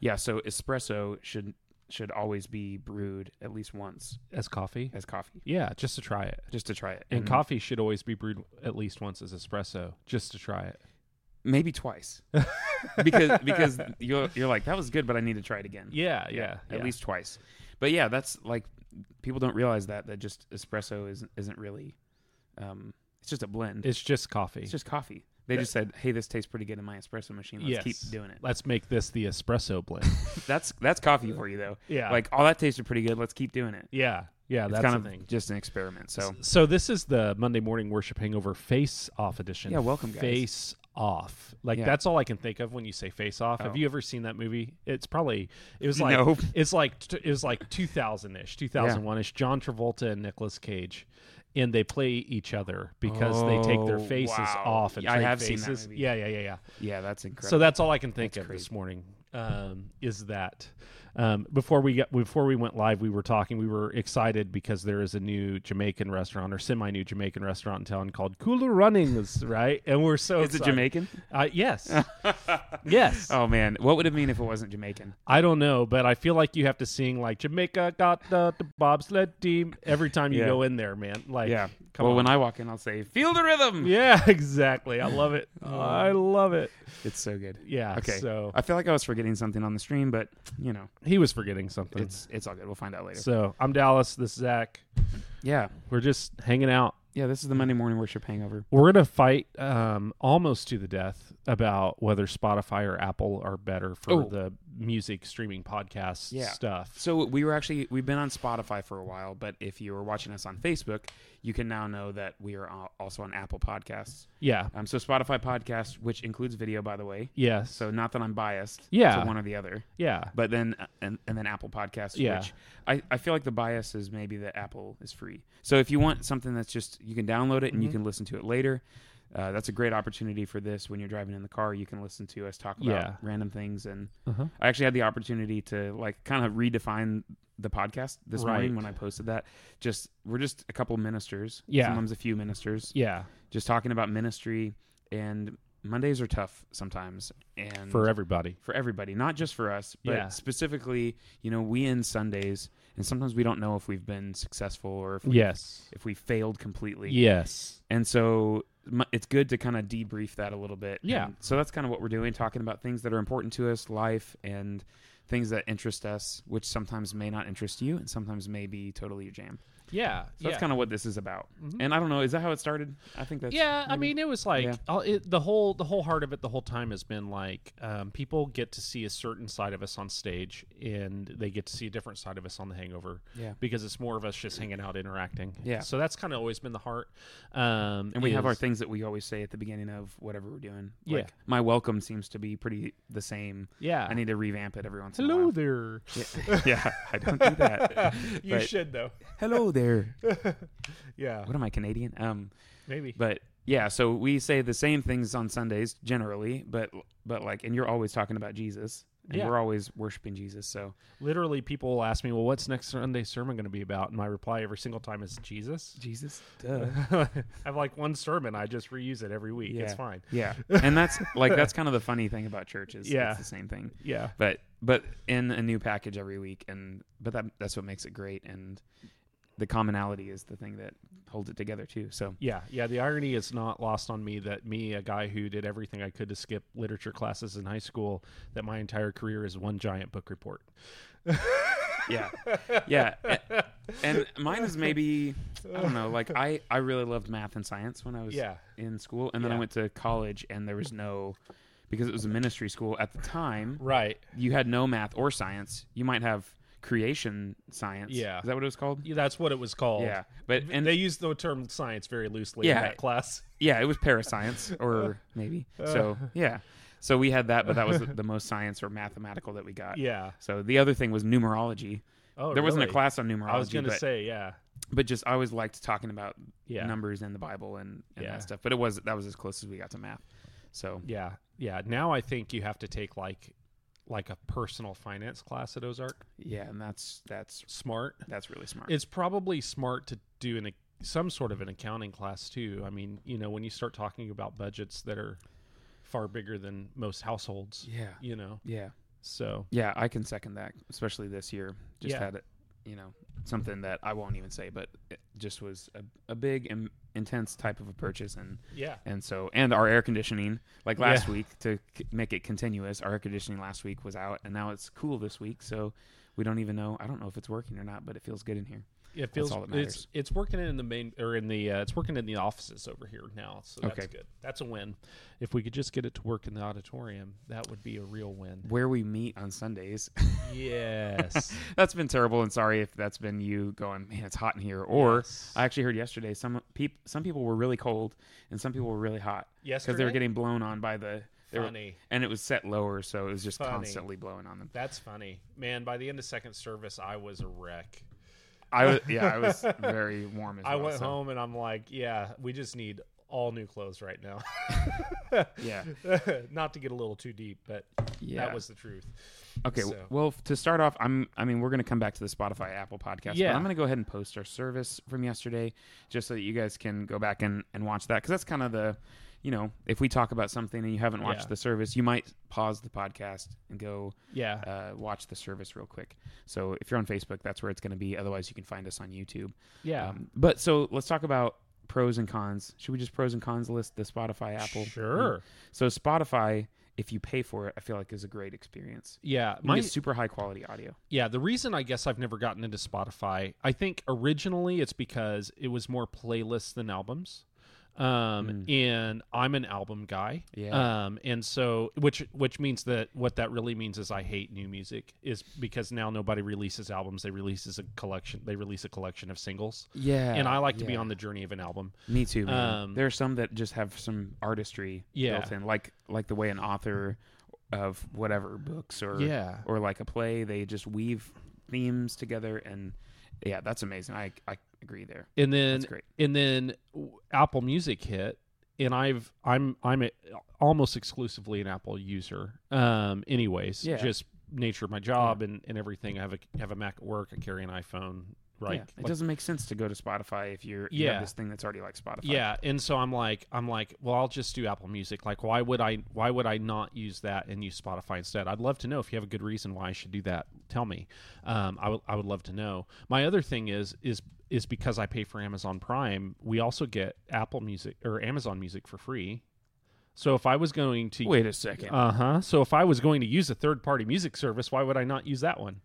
yeah, so espresso should should always be brewed at least once as coffee. as Mm-hmm. coffee, Yeah, just to try it. just to try it. And coffee should always be brewed at least once as espresso, just to try it. maybe twice, because because you're you're like that was good, but I need to try it again. Yeah, yeah, at yeah. least twice. But yeah, that's like people don't realize that that just espresso isn't isn't really. Um, it's just a blend. it's just coffee. It's just coffee. They just said, "Hey, this tastes pretty good in my espresso machine. Let's Yes. keep doing it." Let's make this the espresso blend. That's that's coffee for you though. Yeah. Like, all that tasted pretty good. Let's keep doing it. yeah, yeah, It's that's kind the of thing. just an experiment. So So this is the Monday morning worship hangover face off edition. Yeah, welcome, guys. Face off. Like Yeah. that's all I can think of when you say face off. Oh. Have you ever seen that movie? It's probably it was like Nope. it's like t- it was like 2000ish, 2001ish. John Travolta and Nicolas Cage and they play each other because they take their Oh, faces wow. off and Yeah, I trade have seen faces. that movie. Yeah, yeah, yeah, yeah. yeah, that's incredible. So that's all I can think That's of crazy. this morning. Um, is that um, before we got before we went live, we were talking. We were excited because there is a new Jamaican restaurant or semi-new Jamaican restaurant in town called Cooler Runnings, right? And we're so is it excited. Jamaican? Uh, yes, yes. Oh man, what would it mean if it wasn't Jamaican? I don't know, but I feel like you have to sing like Jamaica got the, the bobsled team every time you Yeah. go in there, man. Like, yeah. come well, on. when I walk in, I'll say, "Feel the rhythm." yeah, exactly. I love it. I love it. It's so good. Yeah. Oh. Okay. So I feel like I was forgetting something on the stream, but you know, he was forgetting something. it's it's all good. We'll find out later. Mm. So I'm Dallas. This is Zach. yeah. We're just hanging out. Yeah. This is the Monday morning worship hangover. We're gonna fight um, almost to the death about whether Spotify or Apple are better for Oh. the music streaming podcast Yeah. stuff. So we were actually we've been on Spotify for a while, but if you were watching us on Facebook, you can now know that we are al- also on Apple Podcasts. Yeah. Um, so Spotify Podcasts, which includes video, by the way. Yes. So not that I'm biased Yeah. to one or the other, yeah. but then uh, and, and then Apple Podcasts, Yeah. which I, I feel like the bias is maybe that Apple is free. So if you want something that's just you can download it and Mm-hmm. you can listen to it later. Uh, that's a great opportunity for this when you're driving in the car. You can listen to us talk about Yeah. random things and Uh-huh. I actually had the opportunity to like kind of redefine the podcast this morning Right. when I posted that. Just we're just a couple ministers, Yeah. sometimes a few ministers, Yeah. just talking about ministry. And Mondays are tough sometimes, and For everybody. for everybody, not just for us, but Yeah. specifically, you know, we end Sundays, and sometimes we don't know if we've been successful or if we, Yes. if we failed completely. Yes. And so m- it's good to kind of debrief that a little bit. Yeah. And so that's kind of what we're doing, talking about things that are important to us, life, and things that interest us, which sometimes may not interest you and sometimes may be totally your jam. Yeah. Mm-hmm. So that's kind of what this is about. And I don't know, is that how it started? I think that's. yeah i mean it was like Yeah. all- it, the whole the whole heart of it the whole time has been like um, people get to see a certain side of us on stage and they get to see a different side of us on the hangover Yeah. because it's more of us just hanging out interacting Yeah. so that's kind of always been the heart um, And we have our is- things that we always say at the beginning of whatever we're doing. Yeah. Like, my welcome seems to be pretty the same. yeah I need to revamp it every once in a hello while. there Yeah, yeah, I don't do that. you But- should though hello there. yeah What am I, Canadian? Um, maybe But yeah, so we say the same things on Sundays generally, but but like, and you're always talking about Jesus, and Yeah. we're always worshiping Jesus. So literally people will ask me well what's next sunday sermon going to be about and my reply every single time is jesus Jesus, i have like one sermon i just reuse it every week it's Yeah. fine yeah, and that's like that's kind of the funny thing about churches. Yeah. it's the same thing, yeah but but in a new package every week, and but that that's what makes it great, and the commonality is the thing that holds it together too. So Yeah, yeah. The irony is not lost on me that me, a guy who did everything I could to skip literature classes in high school, that my entire career is one giant book report. yeah, yeah, A- and mine is maybe I don't know. Like I I really loved math and science when I was Yeah. in school and then i Yeah. went to college and there was no because it was a ministry school at the time Right. you had no math or science you might have creation science Yeah. is that what it was called Yeah, that's what it was called. yeah but And and they used the term science very loosely Yeah. in that class. yeah it was parascience or maybe Uh. so yeah so we had that but that was the, the most science or mathematical that we got Yeah. so the other thing was numerology Oh, there wasn't a really? class on numerology I was going to but, say, yeah. but just i always liked talking about Yeah. numbers in the bible and, and Yeah. that stuff but it was that was as close as we got to math so Yeah. Yeah. Now I think you have to take like like a personal finance class at Ozark. yeah and that's that's Smart. That's really smart. It's probably smart to do an some sort of an accounting class too. I mean, you know, when you start talking about budgets that are far bigger than most households, yeah. you know, Yeah. So Yeah, I can second that, especially this year. Just Yeah. had it, you know, something that I won't even say, but it just was a, a big and intense type of a purchase, and yeah, and so and our air conditioning, like last Yeah. week, to c- make it continuous, our air conditioning last week was out, and now it's cool this week, so we don't even know. I don't know if it's working or not, but it feels good in here. it feels all that it's matters. it's working in the main or in the uh, it's working in the offices over here now. So that's Okay. good. That's a win. If we could just get it to work in the auditorium, that would be a real win. Where we meet on Sundays, Yes. that's been terrible, and sorry if that's been you going, man, it's hot in here, or. Yes. I actually heard yesterday some peop- some people were really cold and some people were really hot because they Yesterday? were getting blown on by the they were- funny. and it was set lower, so it was just Funny. constantly blowing on them. That's funny, man. By the end of second service, I was a wreck. I was yeah, I was very warm as I well, went so- home and I'm like, yeah, we just need all new clothes right now. Yeah, Not to get a little too deep, but yeah. that was the truth. okay. so. Well, f- to start off, I'm I mean we're gonna come back to the Spotify Apple podcast. Yeah. but I'm gonna go ahead and post our service from yesterday just so that you guys can go back and and watch that because that's kind of the you know if we talk about something and you haven't watched Yeah. the service, you might pause the podcast and go Yeah. uh, watch the service real quick. So if you're on Facebook, that's where it's going to be. Otherwise, you can find us on YouTube. yeah. Um, but so let's talk about pros and cons. Should we just pros and cons list the Spotify, Apple? Mm. Sure. So Spotify, if you pay for it, I feel like is a great experience. Yeah. My My, super high quality audio. yeah. The reason I guess I've never gotten into Spotify, I think originally it's because it was more playlists than albums. Um, and I'm an album guy. Mm. Yeah. Um, and so which which means that what that really means is I hate new music is because now nobody releases albums. They releases a collection. They release a collection of singles. Yeah, and I like to be on the journey of an album. Me too. Man. um, there are some that just have some artistry Yeah. built in, like like the way an author of whatever books or Yeah. or like a play they just weave themes together and yeah that's amazing i i agree there And then that's great and then w- Apple Music hit, and I've I'm I'm a, almost exclusively an Apple user. Um, anyways, Yeah. just nature of my job and, and everything. I have a have a Mac at work. I carry an iPhone. Right. yeah, it Like, doesn't make sense to go to spotify if you're you Yeah. have this thing that's already like spotify yeah, and so I'm like, I'm like, well, I'll just do Apple Music. Like, why would I? Why would I not use that and use Spotify instead? I'd love to know if you have a good reason why I should do that. Tell me. Um, I would. I would love to know. My other thing is is is because I pay for Amazon Prime, we also get Apple Music or Amazon Music for free. So if I was going to, wait a second uh huh. So if I was going to use a third party music service, why would I not use that one?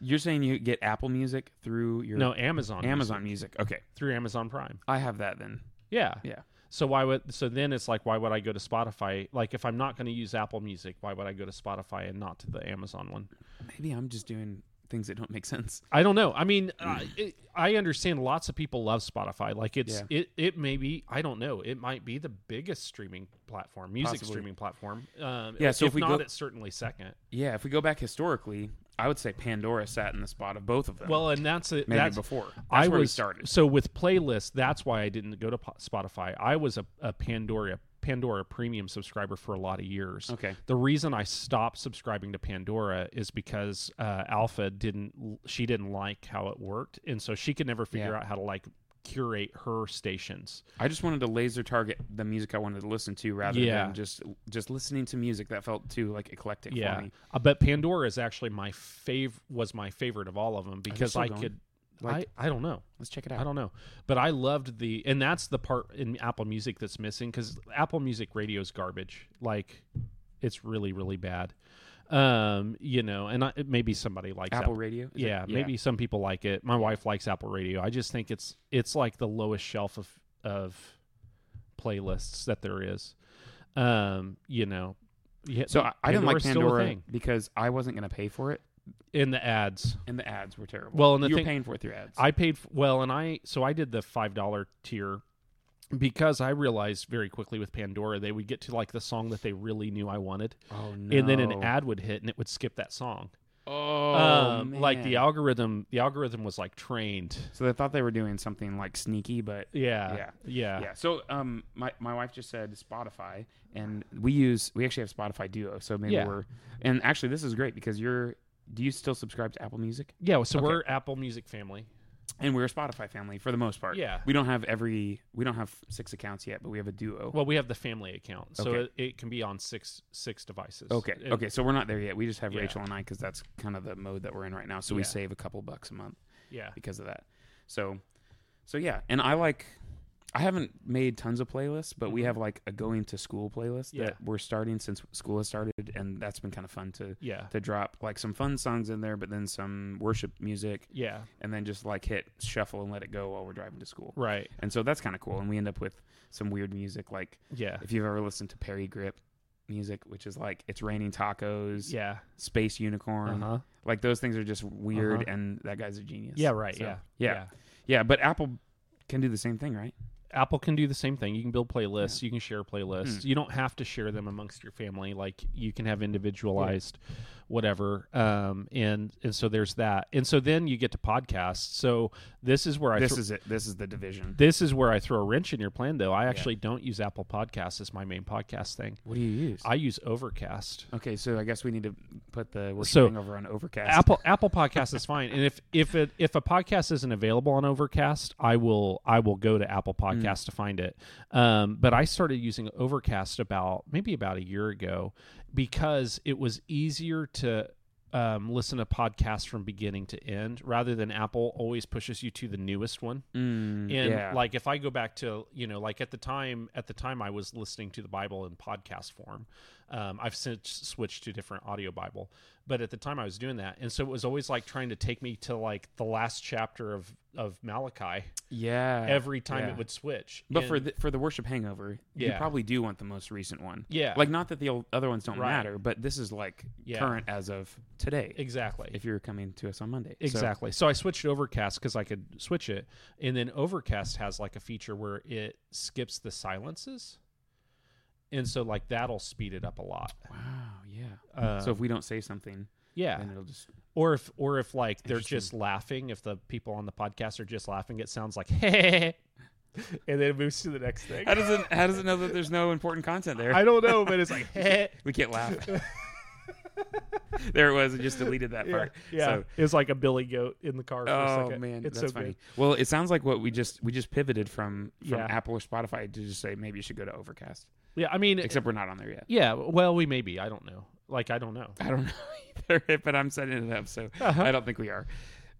you're saying you get apple music through your No, Amazon. Music. amazon music. okay through Amazon Prime. i have that then Yeah. yeah So why would so then it's like why would I go to Spotify? Like if I'm not going to use Apple Music, why would I go to Spotify and not to the Amazon one? maybe i'm just doing things that don't make sense I don't know. I mean, uh, it, I understand lots of people love Spotify. Like it's it it may be I don't know. It might be the biggest streaming platform, music Possibly. streaming platform. Um, Yeah, so if we not, go- it's certainly second. yeah if we go back historically i would say pandora sat in the spot of both of them Well, and that's it. maybe that's, before that's I where was we started so with playlists. That's why I didn't go to po- Spotify. I was a, a Pandora Pandora premium subscriber for a lot of years. okay The reason I stopped subscribing to Pandora is because uh, Alpha didn't she didn't like how it worked, and so she could never figure Yeah. out how to like curate her stations. I just wanted to laser target the music I wanted to listen to rather Yeah. than just just listening to music that felt too like eclectic yeah, for me. Uh, but Pandora is actually my fav was my favorite of all of them because still I going? could. Like- Oh. I, I don't know. Let's check it I out. don't know, but I loved the, and that's the part in Apple Music that's missing because Apple Music radio is garbage. Like, it's really, really bad. Um, you know, and I, maybe somebody likes Apple Radio. Is it- yeah, maybe some people like it. My wife likes Apple Radio. I just think it's it's like the lowest shelf of of playlists that there is. Um, you know, yeah. So I, I didn't like Pandora's still a Pandora thing. because I wasn't going to pay for it, in the ads, and the ads were terrible. Well, and the you thing- were paying for it through ads. I paid f- well, and I so I did the five dollar tier because I realized very quickly with Pandora they would get to like the song that they really knew I wanted, oh no! and then an ad would hit and it would skip that song. Oh, um, like the man. algorithm, the algorithm was like trained. So they thought they were doing something like sneaky, but Yeah, Yeah. yeah, yeah. So um, my my wife just said Spotify, and we use we actually have Spotify Duo. So maybe Yeah. we're and actually this is great because you're. Do you still subscribe to Apple Music? Yeah, so Okay. we're Apple Music family. and we're a Spotify family for the most part. Yeah. we don't have every we don't have six accounts yet, but we have a duo. Well, we have the family account, so Okay. it, it can be on six six devices. okay, It- okay, so we're not there yet. We just have Yeah. Rachel and I because that's kind of the mode that we're in right now. So we Yeah. save a couple bucks a month Yeah. because of that. So, so yeah, and I like. I haven't made tons of playlists, but we Mhm. have like a going to school playlist Yeah. that we're starting since school has started, and that's been kind of fun to Yeah. to drop like some fun songs in there, but then some worship music, Yeah. and then just like hit shuffle and let it go while we're driving to school. Right. And so that's kind of cool. And we end up with some weird music, like Yeah. if you've ever listened to Perry Grip music, which is like it's raining tacos, Yeah. space unicorn, Uh-huh. like those things are just weird. Uh-huh. And that guy's a genius. Yeah. Right. So, yeah. yeah. yeah. But Apple can do the same thing, right? Apple can do the same thing. You can build playlists. You can share playlists. Hmm. You don't have to share them amongst your family. Like you can have individualized, whatever. Um, and and so there's that. And so then you get to podcasts. So this is where I This thro- is it. This is the division. this is where I throw a wrench in your plan. Though I actually don't use Apple Podcasts as my main podcast thing. what do you use? I use Overcast. okay, so I guess we need to put the worship So, hangover on Overcast. Apple Apple Podcast is fine, and if if it if a podcast isn't available on Overcast, I will I will go to Apple Podcast to find it. Um, but I started using Overcast about maybe about a year ago because it was easier to um, listen to podcasts from beginning to end rather than Apple always pushes you to the newest one. Mm, And yeah. like if I go back to you know like at the time at the time I was listening to the Bible in podcast form. Um, I've since switched to different audio Bible, but at the time I was doing that, and so it was always like trying to take me to like the last chapter of of Malachi yeah. every time yeah. it would switch. But And- for the, for the worship hangover, you Yeah. probably do want the most recent one. yeah, Like not that the old, other ones don't Right. matter, but this is like Yeah. current as of today. exactly If you're coming to us on Monday, So- Exactly. So, I switched to Overcast because I could switch it, and then Overcast has like a feature where it skips the silences, and so like that'll speed it up a lot. wow, yeah. Uh, so if we don't say something, yeah, then it'll just or if or if like they're Interesting. just laughing if the people on the podcast are just laughing it sounds like hey and then it moves to the next thing how does it how does it know that there's no important content there? i don't know but it's like hey we can't laugh. there it was. It just deleted that yeah, part. yeah. So, it's like a billy goat in the car for a oh second man, it's that's so funny. good Well, it sounds like what we just we just pivoted from from Yeah. Apple or Spotify to just say maybe you should go to Overcast. yeah i mean Except we're not on there yet. yeah well we may be i don't know like i don't know I don't know either, but I'm setting it up, so Uh-huh. I don't think we are.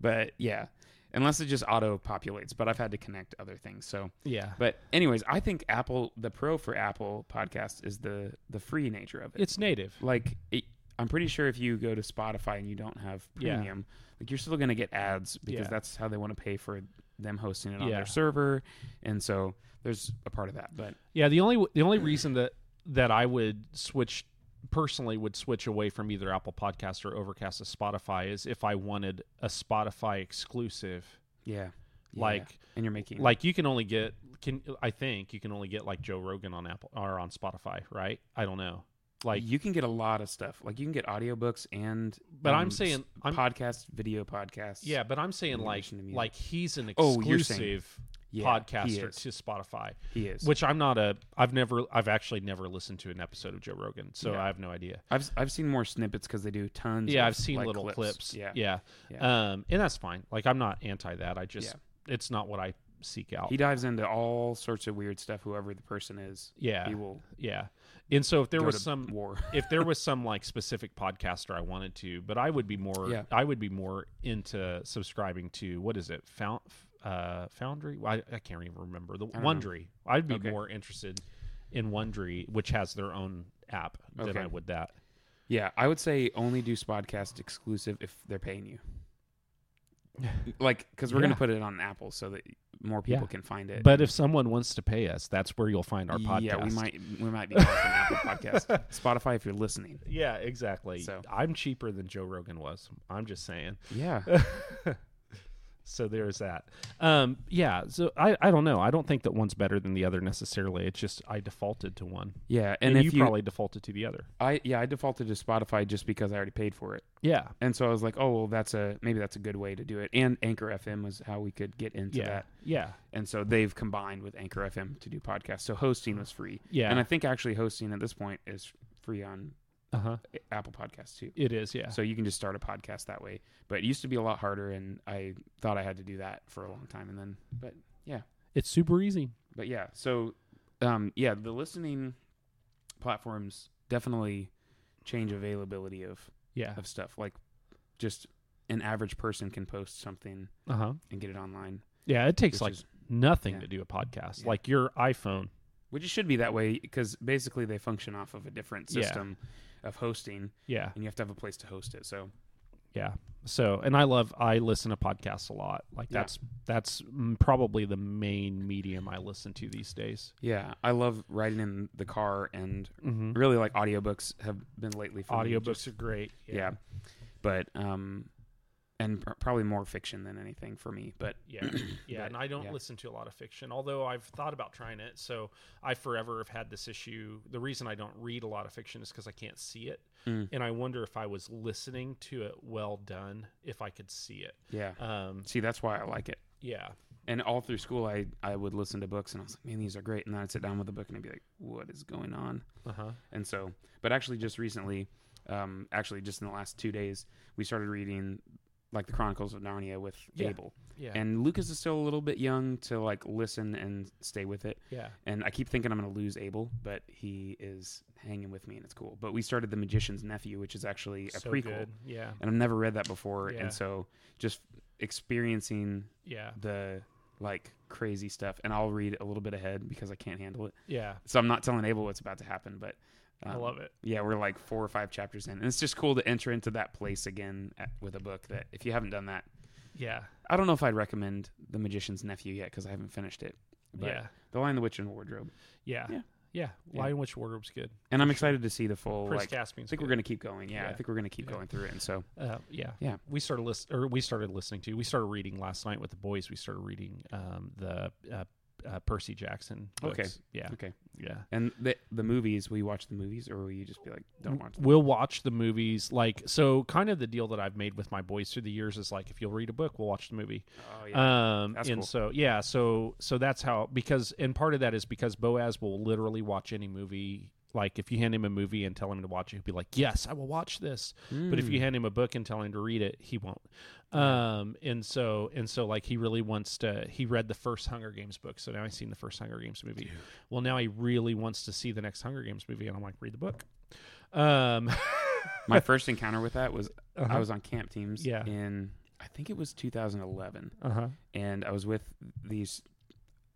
But yeah, unless it just auto populates. But I've had to connect other things. So, yeah but anyways, I think Apple, the pro for Apple podcast is the the free nature of it. it's native like it, I'm pretty sure if you go to Spotify and you don't have Yeah. premium, like you're still gonna get ads because Yeah. that's how they want to pay for them hosting it on Yeah. their server, and so there's a part of that. But Yeah, the only the only reason that that I would switch personally would switch away from either Apple Podcast or Overcast to Spotify is if I wanted a Spotify exclusive. yeah, yeah. Like and you're making like you can only get can I think you can only get like Joe Rogan on Apple or on Spotify, right? I don't know. Like you can get a lot of stuff. Like you can get audiobooks and but um, I'm saying I'm podcasts, video podcasts. yeah, but I'm saying in like addition to music. like he's an Oh, you're saying- exclusive yeah, He podcaster is. to Spotify. He is. Which I'm not a I've never I've actually never listened to an episode of Joe Rogan, so Yeah. I have no idea. I've I've seen more snippets because they do tons. yeah of, i've seen like, little clips, Yeah. yeah um and that's fine like i'm not anti that i just it's not what i seek out he dives into all sorts of weird stuff. Whoever the person is, yeah he will. yeah and so if there go was to some war. if there was some like specific podcaster i wanted to but i would be more Yeah. i would be more into subscribing to what is it found uh foundry i, I can't even remember the don't know. wondry i'd be Okay. more interested in wondry which has their own app than Okay. i would that Yeah, I would say only do Spodcast exclusive if they're paying you. Like, because we're gonna Yeah. put it on Apple so that more people Yeah. can find it. but if someone wants to pay us that's where you'll find our podcast yeah, we might we might be off an Apple Podcast, Spotify if you're listening. Yeah, exactly. So- I'm cheaper than Joe Rogan was. I'm just saying. Yeah, so there's that. Um, yeah. So I, I don't know. I don't think that one's better than the other necessarily. It's just I defaulted to one, yeah, and, and, if you, you, probably defaulted to the other. I yeah, I defaulted to Spotify just because I already paid for it, Yeah. and so I was like, oh well, that's a maybe that's a good way to do it. And Anchor FM was how we could get into Yeah. that, Yeah. and so they've combined with Anchor FM to do podcasts. So hosting was free, Yeah. and I think actually hosting at this point is free on Uh huh. Apple Podcasts too. It is. Yeah. Uh-huh. So you can just start a podcast that way. But it used to be a lot harder, and I thought I had to do that for a long time, and then, but yeah, It's super easy. but yeah. So, um, yeah, the listening platforms definitely change availability of Yeah. of stuff. Like, just an average person can post something Uh huh. and get it online, Yeah. It takes Uh-huh. which like is- nothing yeah. to do a podcast. Yeah. Like your iPhone. which it should be that way because basically they function off of a different Yeah. system of hosting, Yeah. and you have to have a place to host it. So Yeah. So, and I love I listen to podcasts a lot. Like Yeah. that's that's mm, probably the main medium I listen to these days. yeah, I love riding in the car, and Mm-hmm. really like audiobooks have been lately for me, just- Audiobooks are great. yeah. but um, and pr- probably more fiction than anything for me. But Yeah. Yeah. But, and I don't yeah. listen to a lot of fiction, although I've thought about trying it. So I forever have had this issue. The reason I don't read a lot of fiction is because I can't see it. Mm. And I wonder if I was listening to it well done, if I could see it. yeah, Um, see, that's why I like it. yeah. And all through school, I I would listen to books, and I was like, man, these are great. And then I'd sit down with a book, and I'd be like, what is going on? Uh huh. And so, but actually, just recently, um, actually, just in the last two days, we started reading like the Chronicles of Narnia with Yeah. Abel. Yeah. And Lucas is still a little bit young to like listen and stay with it. yeah. And I keep thinking I'm going to lose Abel, but he is hanging with me and it's cool. But we started The Magician's Nephew, which is actually a so prequel. good. Yeah. And I've never read that before. Yeah. And so just experiencing Yeah. the like crazy stuff. And I'll read a little bit ahead because I can't handle it. Yeah. So I'm not telling Abel what's about to happen, but I um, love it. yeah, we're like four or five chapters in, and it's just cool to enter into that place again at, with a book that if you haven't done that, Yeah. I don't know if I'd recommend The Magician's Nephew yet because I haven't finished it. But Yeah. The Lion, the Witch, and Wardrobe, Yeah. Yeah. Yeah. Yeah. Lion Witch Wardrobe's good. and I'm excited to see the full. Prince like, I Caspian's think we're good. gonna keep going. Yeah, I Yeah. think we're gonna keep Yeah. going through it, and so Uh, yeah. Yeah. We started list or we started listening to. We started reading last night with the boys. We started reading um, the uh, uh, Percy Jackson. Books. Okay. Yeah. okay. Yeah. And the the movies, will you watch the movies, or will you just be like, don't watch? Them? We'll watch the movies. Like so, kind of the deal that I've made with my boys through the years is like, if you'll read a book, we'll watch the movie. Oh yeah, Um, That's and cool. so yeah, so so that's how because and part of that is because Boaz will literally watch any movie. Like if you hand him a movie and tell him to watch it, he'll be like, "Yes, I will watch this." But Hmm. if you hand him a book and tell him to read it, he won't. Um, and so and so like he really wants to. He read the first Hunger Games book, so now he's seen the first Hunger Games movie. Well, now he really wants to see the next Hunger Games movie, and I'm like, "Read the book." Um, my first encounter with that was I Uh-huh. was on camp teams. Yeah. in I think it was 2011, uh huh. and I was with these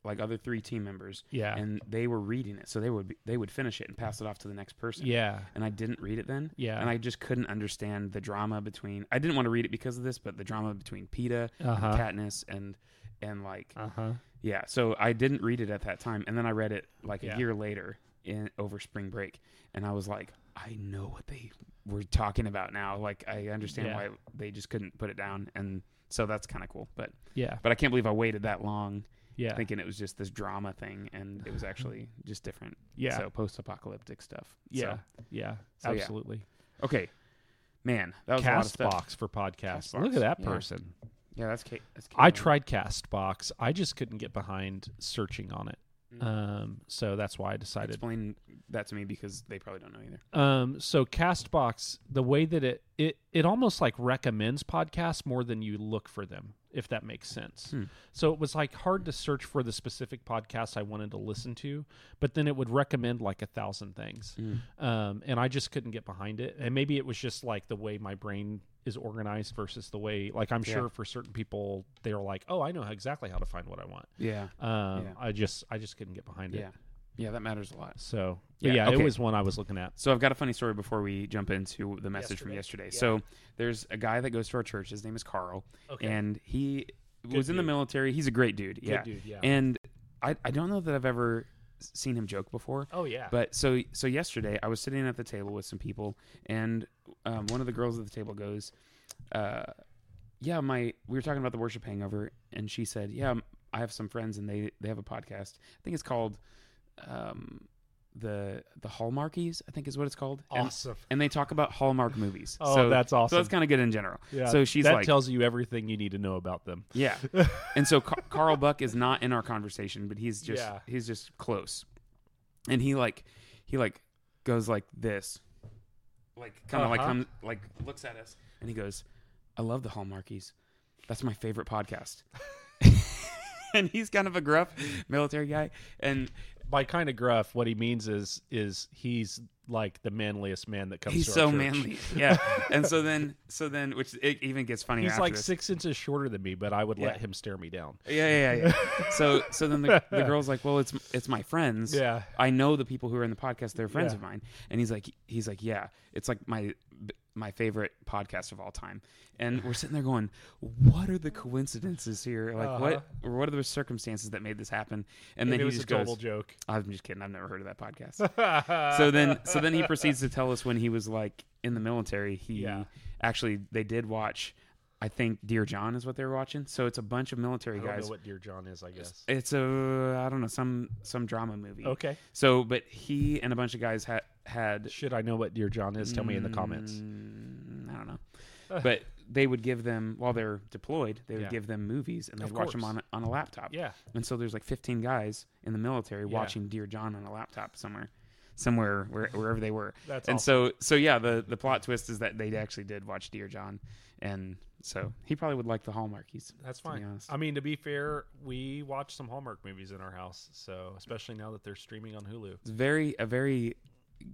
like other three team members. Yeah. and they were reading it so they would they would finish it and pass it off to the next person yeah. and i didn't read it then Yeah. and i just couldn't understand the drama between i didn't want to read it because of this but the drama between peta Uh and huh. katniss and and like Uh huh. yeah so i didn't read it at that time and then i read it like Yeah. a year later in over spring break and i was like i know what they were talking about now like i understand Yeah. why they just couldn't put it down and so that's kind of cool but Yeah. but i can't believe i waited that long Yeah. thinking it was just this drama thing and it was actually just different Yeah. so post-apocalyptic stuff. Yeah, So, yeah, so yeah. absolutely. okay, man, that was a lot of stuff. Castbox for podcasts. Castbox, Look at that yeah. person. Yeah, that's Kate. That's Kate I tried Castbox. I just couldn't get behind searching on it. Mm. Um, so that's why I decided. Explain that to me because they probably don't know either. Um, so Castbox, the way that it it it almost like recommends podcasts more than you look for them, if that makes sense. Hmm. So it was like hard to search for the specific podcast I wanted to listen to, but then it would recommend like a thousand things. Hmm. um, and I just couldn't get behind it. And maybe it was just like the way my brain is organized versus the way, like I'm Yeah. sure for certain people, they're like, "Oh, I know how- exactly how to find what I want." Yeah, Um, Yeah. I just, I just couldn't get behind yeah, it. yeah. That matters a lot. So, Yeah, yeah, yeah okay. it was one I was looking at. So I've got a funny story before we jump into the message from yesterday. Yesterday, yeah. So there's a guy that goes to our church. His name is Carl, and he was in the dude. military. He's a great dude. Good yeah, dude, yeah. and I I don't know that I've ever s- seen him joke before. oh yeah, But so so yesterday, I was sitting at the table with some people, and um, one of the girls at the table goes, uh, "Yeah, my we were talking about the worship hangover, and she said, yeah, m- I have some friends, and they they have a podcast. I think it's called um, the the Hallmarkies. I think is what it's called. And- awesome. And, they talk about Hallmark movies. Oh, so, that's So awesome. that's kind of good in general. yeah. So she's that like, tells you everything you need to know about them. yeah. and so Car- Carl Buck is not in our conversation, but he's just Yeah. he's just close. And he like he like goes like this. like kind of like Uh-huh. comes like looks at us and he goes, "I love the Hallmarkies. That's my favorite podcast." and he's kind of a gruff military guy, and By kind of gruff, what he means is is he's like the manliest man that comes. he's to our so church. manly, yeah. and so then, so then, which it even gets funnier. He's after like this. six inches shorter than me, but I would let Yeah. him stare me down. Yeah, yeah, yeah, yeah. so, so then the, the girl's like, "Well, it's it's my friends. Yeah. I know the people who are in the podcast. They're friends Yeah. of mine." And he's like, "He's like, yeah, it's like my my favorite podcast of all time." And we're sitting there going, "What are the coincidences here? Like, what or what are the circumstances that made this happen?" And then Uh-huh. it he was a just total goes, joke. "I'm just kidding. I've never heard of that podcast." so then so then he proceeds to tell us when he was like in the military he Yeah. actually they did watch i think dear john is what they were watching so it's a bunch of military I don't know guys what Dear John is, I guess. it's a i don't know some some drama movie Okay. so but he and a bunch of guys had had Should I know what Dear John is? Tell me in the comments. Mm, i don't know but they would give them while they're deployed they would Yeah. give them movies and Of they'd watch them course. on a, on a laptop Yeah. and so there's like 15 guys in the military Yeah. watching Dear John on a laptop somewhere, somewhere where, wherever they were. That's and so so yeah, the the plot twist is that they actually did watch Dear John, and so he probably would like the Hallmarkies. That's to be fine. honest. I mean, to be fair, we watch some Hallmark movies in our house, so especially now that they're streaming on Hulu. It's very a very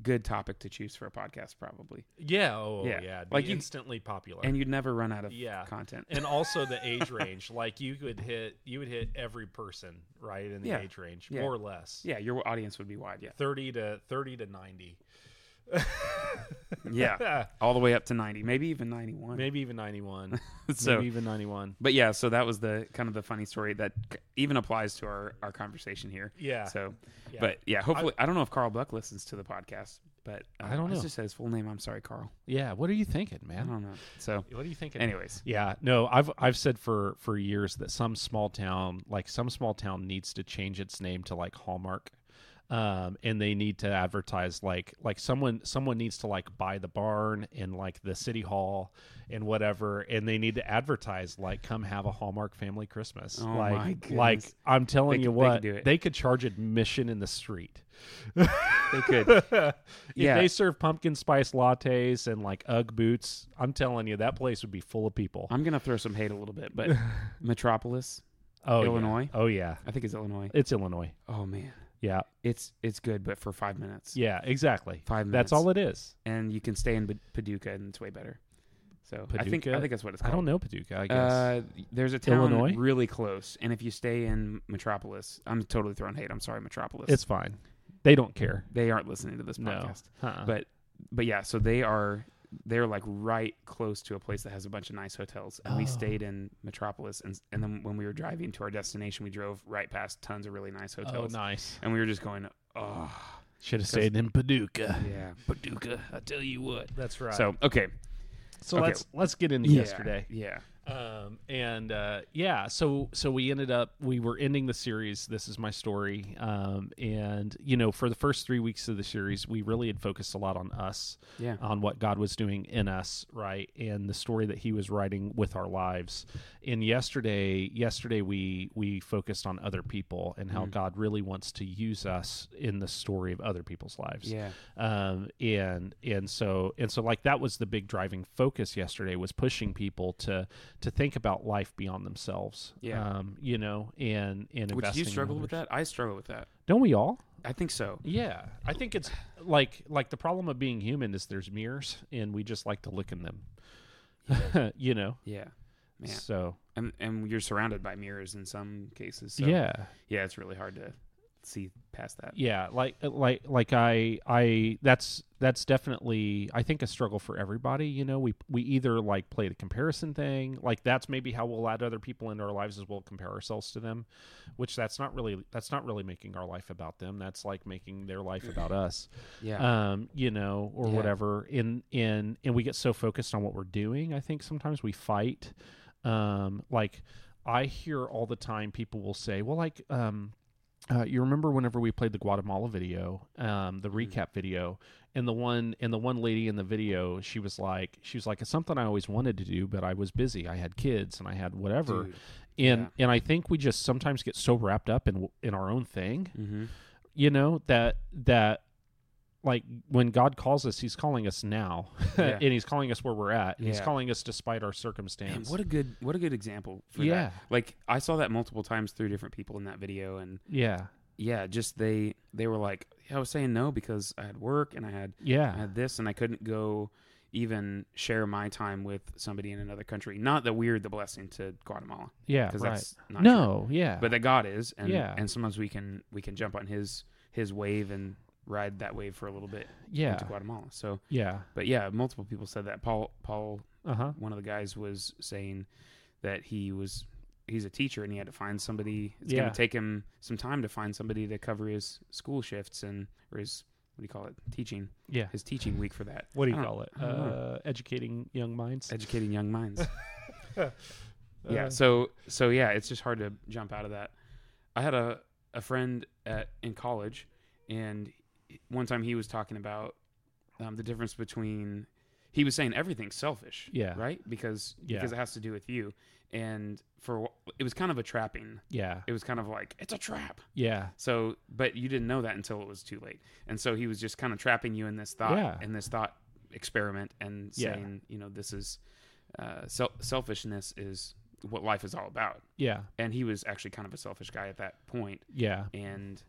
good topic to choose for a podcast probably, Yeah, oh Yeah. yeah, it'd Like be you- instantly popular. and you'd never run out of Yeah. content. and also the age range, like you could hit, you would hit every person right in the Yeah. age range, Yeah. more or less, yeah, your audience would be wide. Yeah, thirty to thirty to ninety, yeah, all the way up to 90, maybe even 91. maybe even ninety one, So- maybe even ninety one. But yeah, so that was the kind of the funny story that c- even applies to our our conversation here. Yeah. So, Yeah. but yeah, hopefully, I, don't know if Carl Buck listens to the podcast, but uh, I don't I know. just said his full name. I'm sorry, Carl. Yeah, what are you thinking, I man? don't know. So, What are you thinking? anyways, Yeah, no, I've I've said for for years that some small town, like some small town, needs to change its name to like Hallmark, um, and they need to advertise like like someone someone needs to like buy the barn and like the city hall and whatever, and they need to advertise like come have a Hallmark family Christmas. Oh like my like goodness. I'm telling They you could- they could what, do it. could charge admission in the street. they could. Yeah. If they serve pumpkin spice lattes and like UGG boots, I'm telling you that place would be full of people. I'm gonna throw some hate a little bit, but Metropolis, Oh, yeah. Illinois? Oh yeah, I think it's Illinois. it's Illinois. Oh man, Yeah, it's it's good, but for five minutes. yeah, exactly. Five minutes. That's all it is. and you can stay in Pad- Paducah, and it's way better. So I think Paducah? I think that's what it's I called. don't know Paducah. I guess Uh, there's a town Illinois? really close, and if you stay in Metropolis, I'm totally throwing hate. I'm sorry, Metropolis. it's fine. They don't care. they aren't listening to this No, podcast, uh but but yeah, so they are they're like right close to a place that has a bunch of nice hotels, and we Oh. stayed in Metropolis, and and then when we were driving to our destination, we drove right past tons of really nice oh, hotels, nice. and we were just going, oh Should have stayed in Paducah. yeah, Paducah, I tell you what. That's right. So, So okay, okay. let's let's get into Yeah, yesterday. yeah, Um, and uh, yeah, so so we ended up we were ending the series. This is my story. Um, and you know, for the first three weeks of the series, we really had focused a lot on us, Yeah. on what God was doing in us, right, and the story that He was writing with our lives. And yesterday, yesterday we we focused on other people and Mm. how God really wants to use us in the story of other people's lives yeah, um, and and so and so like that was the big driving focus yesterday was pushing people to to think about life beyond themselves Yeah. um, you know and and Would investing you in struggle with others. that? I struggle with that. don't we all I think so. yeah i think it's like like the problem of being human is there's mirrors and we just like to look in them you know Yeah. Yeah. so And and you're surrounded by mirrors in some cases. So yeah Yeah, it's really hard to see past that. yeah like uh, like like i i that's that's definitely i think a struggle for everybody you know we we either like play the comparison thing like that's maybe how we'll add other people into our lives as we'll compare ourselves to them which that's not really that's not really making our life about them that's like making their life about us Yeah. um you know or Yeah. whatever in in and we get so focused on what we're doing i think sometimes we fight um like i hear all the time people will say well like um uh, you remember whenever we played the Guatemala video, um, Mm-hmm. the recap video, and the one and the one lady in the video, she was like, she was like, it's something I always wanted to do, but I was busy. I had kids and I had whatever, Dude, and yeah. and I think we just sometimes get so wrapped up in in our own thing mm-hmm. you know that that like when God calls us, He's calling us now, Yeah. and He's calling us where we're at. and He's Yeah. calling us despite our Man, circumstance. what a good what a good example for yeah, that. Like I saw that multiple times through different people in that video and yeah, yeah, just they they were like I was saying no because I had work and I had I yeah, had this and I couldn't go even share my time with somebody in another country. Not that we're the blessing to Guatemala yeah. because Right. that's not true. No, yeah, but that God is, and Yeah. and sometimes we can we can jump on his his wave and ride that wave for a little bit yeah, into Guatemala. So, yeah. but yeah, multiple people said that. Paul Paul, Uh huh. one of the guys was saying that he was he's a teacher and he had to find somebody. It's Yeah. going to take him some time to find somebody to cover his school shifts and or his what do you call it teaching Yeah. his teaching week for that What do I you don't- call it? I don't know. Uh, educating young minds. educating young minds. yeah Uh, so so yeah it's just hard to jump out of that i had a, a friend at in college and one time he was talking about um, the difference between he was saying everything's selfish Yeah. right because Yeah. because it has to do with you and for a wh- it was kind of a trapping Yeah. it was kind of like it's a trap Yeah. so but you didn't know that until it was too late and so he was just kind of trapping you in this thought Yeah. in this thought experiment and Yeah. saying you know this is uh, sel- selfishness is what life is all about Yeah. and he was actually kind of a selfish guy at that point Yeah. and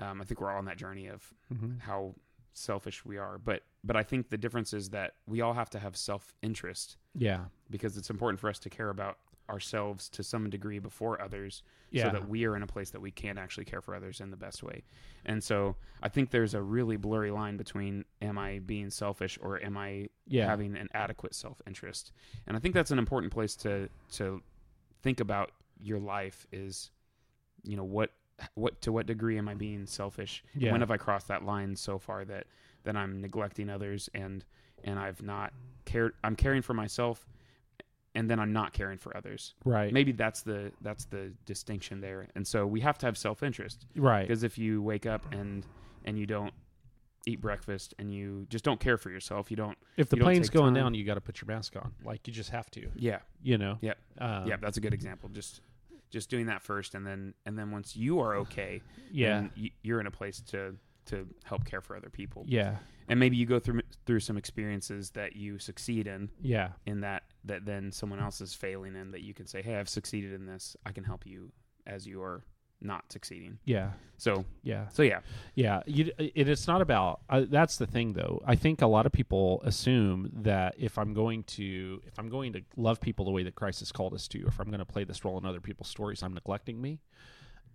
um, i think we're all on that journey of hmm how selfish we are but but i think the difference is that we all have to have self-interest Yeah. because it's important for us to care about ourselves to some degree before others Yeah. so that we are in a place that we can actually care for others in the best way and so i think there's a really blurry line between am i being selfish or am i yeah. having an adequate self-interest and i think that's an important place to to think about your life is you know what what to what degree am i being selfish And Yeah. when have i crossed that line so far that that i'm neglecting others and and i've not cared i'm caring for myself and then i'm not caring for others right. maybe that's the that's the distinction there and so we have to have self-interest right. because if you wake up and and you don't eat breakfast and you just don't care for yourself you don't If the you don't plane's take going time- down, you got to put your mask on. Like you just have to. yeah You know. Yep. Um, yeah that's a good example just just doing that first and then and then once you are okay Yeah. then y- you're in a place to to help care for other people Yeah. and maybe you go through through some experiences that you succeed in Yeah. in that that then someone else is failing in that you can say hey i've succeeded in this i can help you as you are not succeeding Yeah. so Yeah. so yeah Yeah, you, it, it's not about. I that's the thing, though. I think a lot of people assume that if I'm going to if I'm going to love people the way that Christ has called us to, if I'm going to play this role in other people's stories, I'm neglecting me.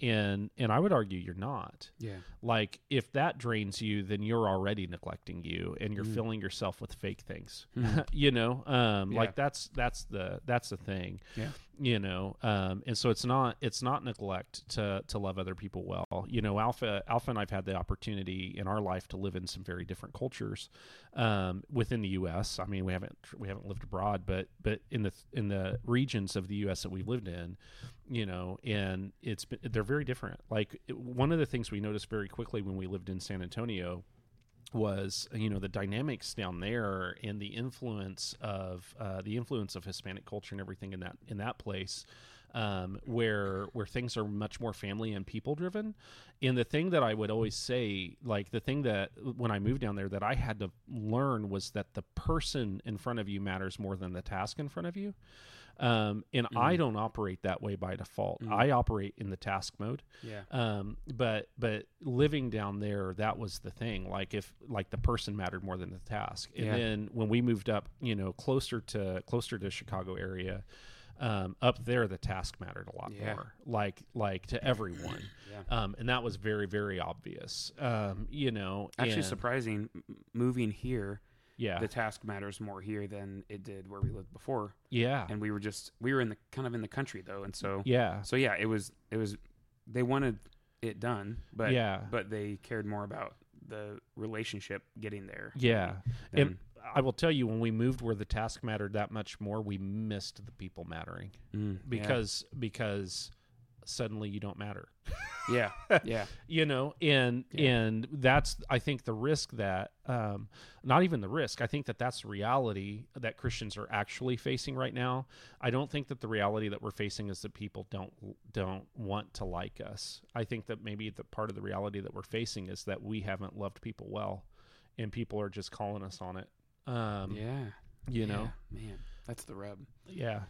And and I would argue you're not. yeah Like if that drains you, then you're already neglecting you, and you're Mm. filling yourself with fake things. Mhm. you know, um, Yeah. like that's that's the that's the thing yeah you know um and so it's not it's not neglect to to love other people well you know alpha alpha and i've had the opportunity in our life to live in some very different cultures um within the us i mean we haven't we haven't lived abroad but but in the in the regions of the us that we've lived in you know and it's been, they're very different like it- one of the things we noticed very quickly when we lived in san antonio was you know the dynamics down there and the influence of uh, the influence of Hispanic culture and everything in that in that place um, where where things are much more family and people driven and the thing that I would always say like the thing that when I moved down there that I had to learn was that the person in front of you matters more than the task in front of you um, and I don't operate that way by default I operate in the task mode yeah um but but living down there that was the thing like if like the person mattered more than the task and Yeah. then when we moved up you know closer to closer to chicago area um up there the task mattered a lot Yeah. more like like to everyone Yeah. um and that was very very obvious um you know actually and- surprising m- moving here yeah the task matters more here than it did where we lived before yeah and we were just we were in the kind of in the country though and so yeah so yeah it was it was they wanted it done but yeah but they cared more about the relationship getting there yeah than- and i will tell you when we moved where the task mattered that much more we missed the people mattering Mm, yeah. because because suddenly you don't matter yeah yeah you know and Yeah. and that's i think the risk that um not even the risk i think that that's the reality that christians are actually facing right now i don't think that the reality that we're facing is that people don't don't want to like us i think that maybe the part of the reality that we're facing is that we haven't loved people well and people are just calling us on it. Um, yeah. Yeah. you know, man, that's the rub. yeah,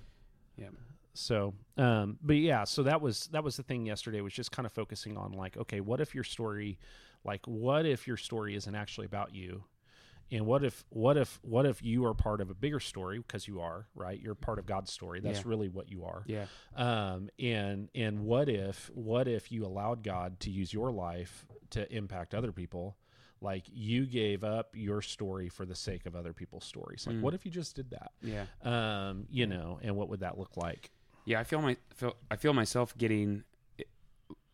Yeah. So, um, but yeah, so that was that was the thing yesterday was just kind of focusing on like, okay, what if your story, like, what if your story isn't actually about you, and what if what if what if you are part of a bigger story because you are right, you're part of God's story. That's Yeah. really what you are. Yeah. Um, and and what if what if you allowed God to use your life to impact other people? Like you gave up your story for the sake of other people's stories. Like, Mm. what if you just did that? Yeah. Um, you know, and what would that look like? Yeah, I feel my feel, I feel myself getting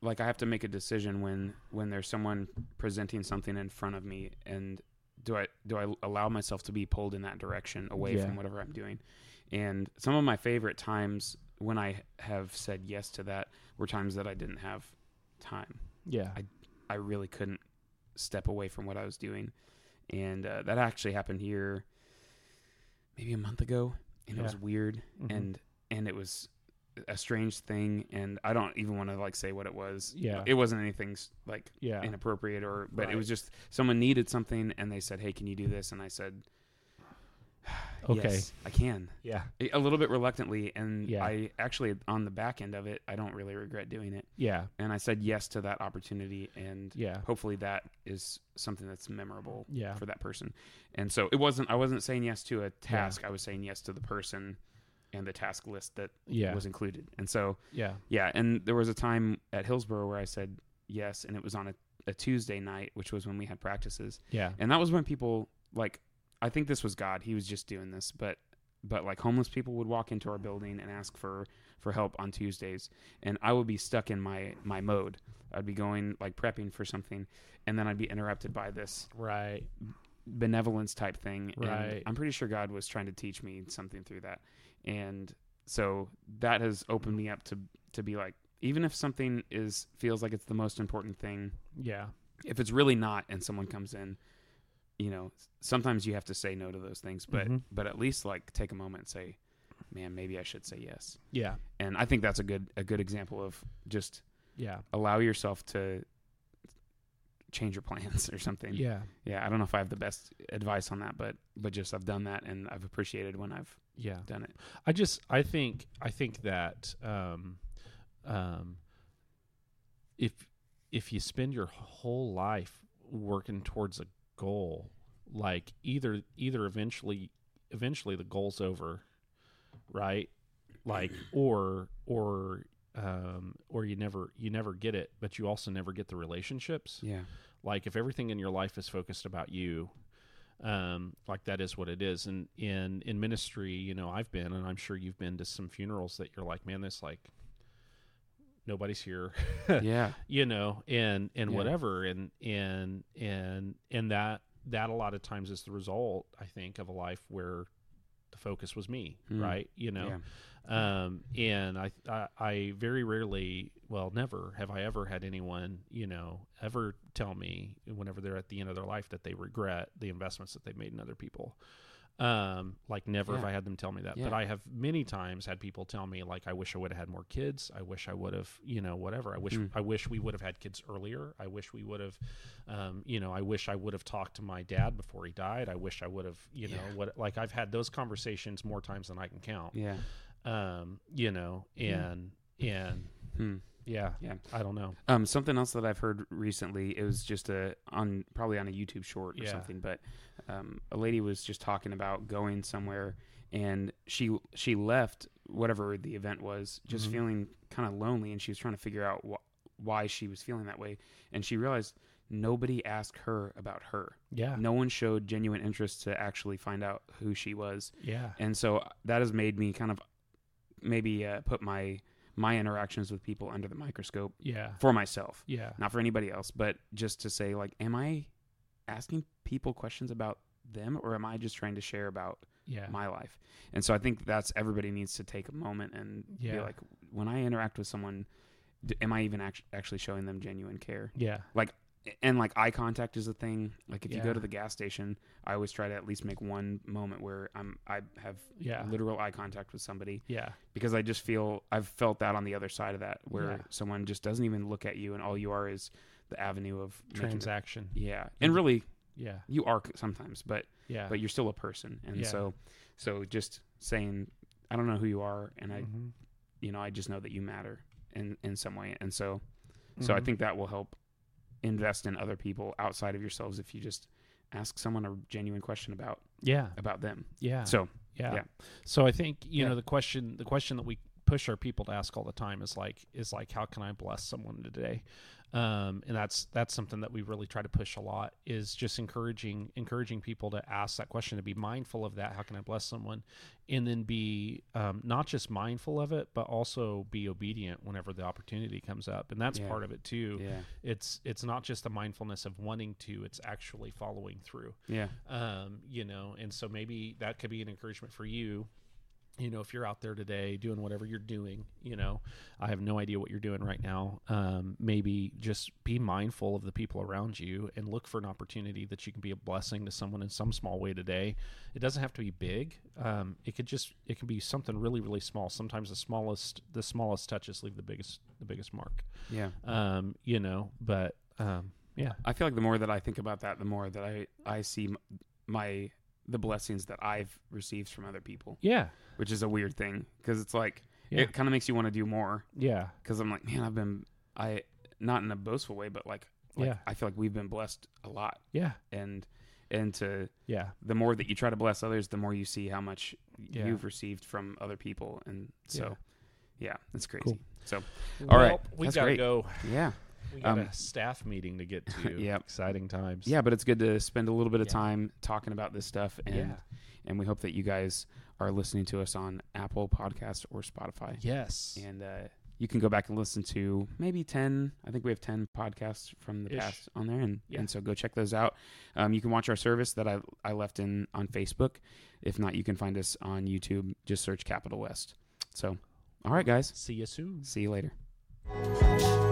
like I have to make a decision when when there's someone presenting something in front of me and do I do I allow myself to be pulled in that direction away Yeah. from whatever I'm doing? And some of my favorite times when I have said yes to that were times that I didn't have time. Yeah. I really couldn't step away from what I was doing. And uh, that actually happened here maybe a month ago and it was weird Mhm. and and it was a strange thing and I don't even want to like say what it was. Yeah. It wasn't anything s- like yeah inappropriate or but Right. it was just someone needed something and they said, "Hey, can you do this?" and I said, okay "Yes, I can." yeah A little bit reluctantly and Yeah. I actually on the back end of it, I don't really regret doing it. yeah And I said yes to that opportunity and yeah hopefully that is something that's memorable yeah for that person. And so it wasn't I wasn't saying yes to a task, I was saying yes to the person and the task list that yeah was included. And so yeah yeah, and there was a time at Hillsboro where I said yes and it was on a, a Tuesday night, which was when we had practices. yeah And that was when people like I think this was God. He was just doing this, but but like homeless people would walk into our building and ask for for help on Tuesdays, and I would be stuck in my my mode. I'd be going like prepping for something, and then I'd be interrupted by this right benevolence type thing. Right. And I'm pretty sure God was trying to teach me something through that, and so that has opened me up to to be like, even if something is feels like it's the most important thing, yeah if it's really not and someone comes in you know sometimes you have to say no to those things but Mhm. but at least like take a moment and say man maybe i should say yes yeah and i think that's a good a good example of just yeah allow yourself to change your plans or something yeah yeah i don't know if i have the best advice on that but but just i've done that and i've appreciated when i've yeah done it i just i think i think that um um if if you spend your whole life working towards a goal like either either eventually eventually the goal's over right like or or um or you never you never get it but you also never get the relationships yeah like if everything in your life is focused about you um like that is what it is and in in ministry you know i've been and i'm sure you've been to some funerals that you're like man this like nobody's here yeah you know and and Yeah. whatever and and and and that that a lot of times is the result i think of a life where the focus was me Mm. right you know yeah um, and I, I I very rarely, well, never have I ever had anyone, you know, ever tell me whenever they're at the end of their life that they regret the investments that they made in other people. Um, like never have Yeah. I had them tell me that, but Yeah. I have many times had people tell me like, I wish I would have had more kids. I wish I would have, you know, whatever. I wish, Mm. I wish we would have had kids earlier. I wish we would have, um, you know, I wish I would have talked to my dad before he died. I wish I would have, you know, Yeah. what, like I've had those conversations more times than I can count yeah um you know Yeah. and and hmm. yeah Yeah. i don't know Um, something else that I've heard recently, it was just a on probably on a YouTube short or Yeah. something, but um, a lady was just talking about going somewhere, and she she left whatever the event was, just Mhm. feeling kind of lonely, and she was trying to figure out wh- why she was feeling that way, and she realized nobody asked her about her. yeah No one showed genuine interest to actually find out who she was, yeah and so that has made me kind of maybe uh, put my my interactions with people under the microscope yeah for myself yeah not for anybody else, but just to say, like, am I asking people questions about them or am I just trying to share about yeah my life? And so I think that's everybody needs to take a moment and be Yeah. like, when I interact with someone, d- am I even act- actually showing them genuine care? yeah And like eye contact is a thing. Like if you Yeah. go to the gas station, I always try to at least make one moment where I'm I have yeah literal eye contact with somebody yeah because I just feel I've felt that on the other side of that where Yeah. someone just doesn't even look at you and all you are is the avenue of making the transaction yeah, and really, Yeah. you are c- sometimes, but Mm-hmm. Yeah. but you're still a person, and Yeah. so so just saying, I don't know who you are, and I Mhm. you know I just know that you matter in in some way, and so so I Mhm. think that will help invest in other people outside of yourselves if you just ask someone a genuine question about Yeah. about them. Yeah. So Yeah. Yeah. So I think you Yeah. know the question the question that we push our people to ask all the time is like is like how can I bless someone today? Um, and that's that's something that we really try to push a lot is just encouraging encouraging people to ask that question to be mindful of that how can I bless someone and then be um, not just mindful of it but also be obedient whenever the opportunity comes up and that's Yeah. part of it too yeah, it's it's not just the mindfulness of wanting to it's actually following through yeah, um, you know, and so maybe that could be an encouragement for you. You know, if you're out there today doing whatever you're doing, you know, I have no idea what you're doing right now. Um, maybe just be mindful of the people around you and look for an opportunity that you can be a blessing to someone in some small way today. It doesn't have to be big. Um, it could just it can be something really really small. Sometimes the smallest the smallest touches leave the biggest the biggest mark. yeah. Um, you know, but um, yeah, I feel like the more that I think about that, the more that I I see m- my the blessings that I've received from other people, yeah, which is a weird thing because it's like Yeah. it kind of makes you want to do more yeah, because I'm like, man, I've been I not in a boastful way, but like, like Yeah. I feel like we've been blessed a lot, yeah, and and to yeah. the more that you try to bless others, the more you see how much Yeah. you've received from other people, and so yeah, it's crazy. Cool. So All right. Well, we That's gotta great. go. yeah, We Um, got a staff meeting to get to. Yep. Exciting times. yeah, but it's good to spend a little bit of Yeah. time talking about this stuff and. Yeah. and we hope that you guys are listening to us on Apple Podcasts or Spotify. Yes. And uh, you can go back and listen to maybe 10, I think we have 10 podcasts from the Ish. past on there. And, Yeah. and so go check those out. Um, you can watch our service that I, I left in on Facebook. If not, you can find us on YouTube. Just search Capital West. So, all right, guys. See you soon. See you later.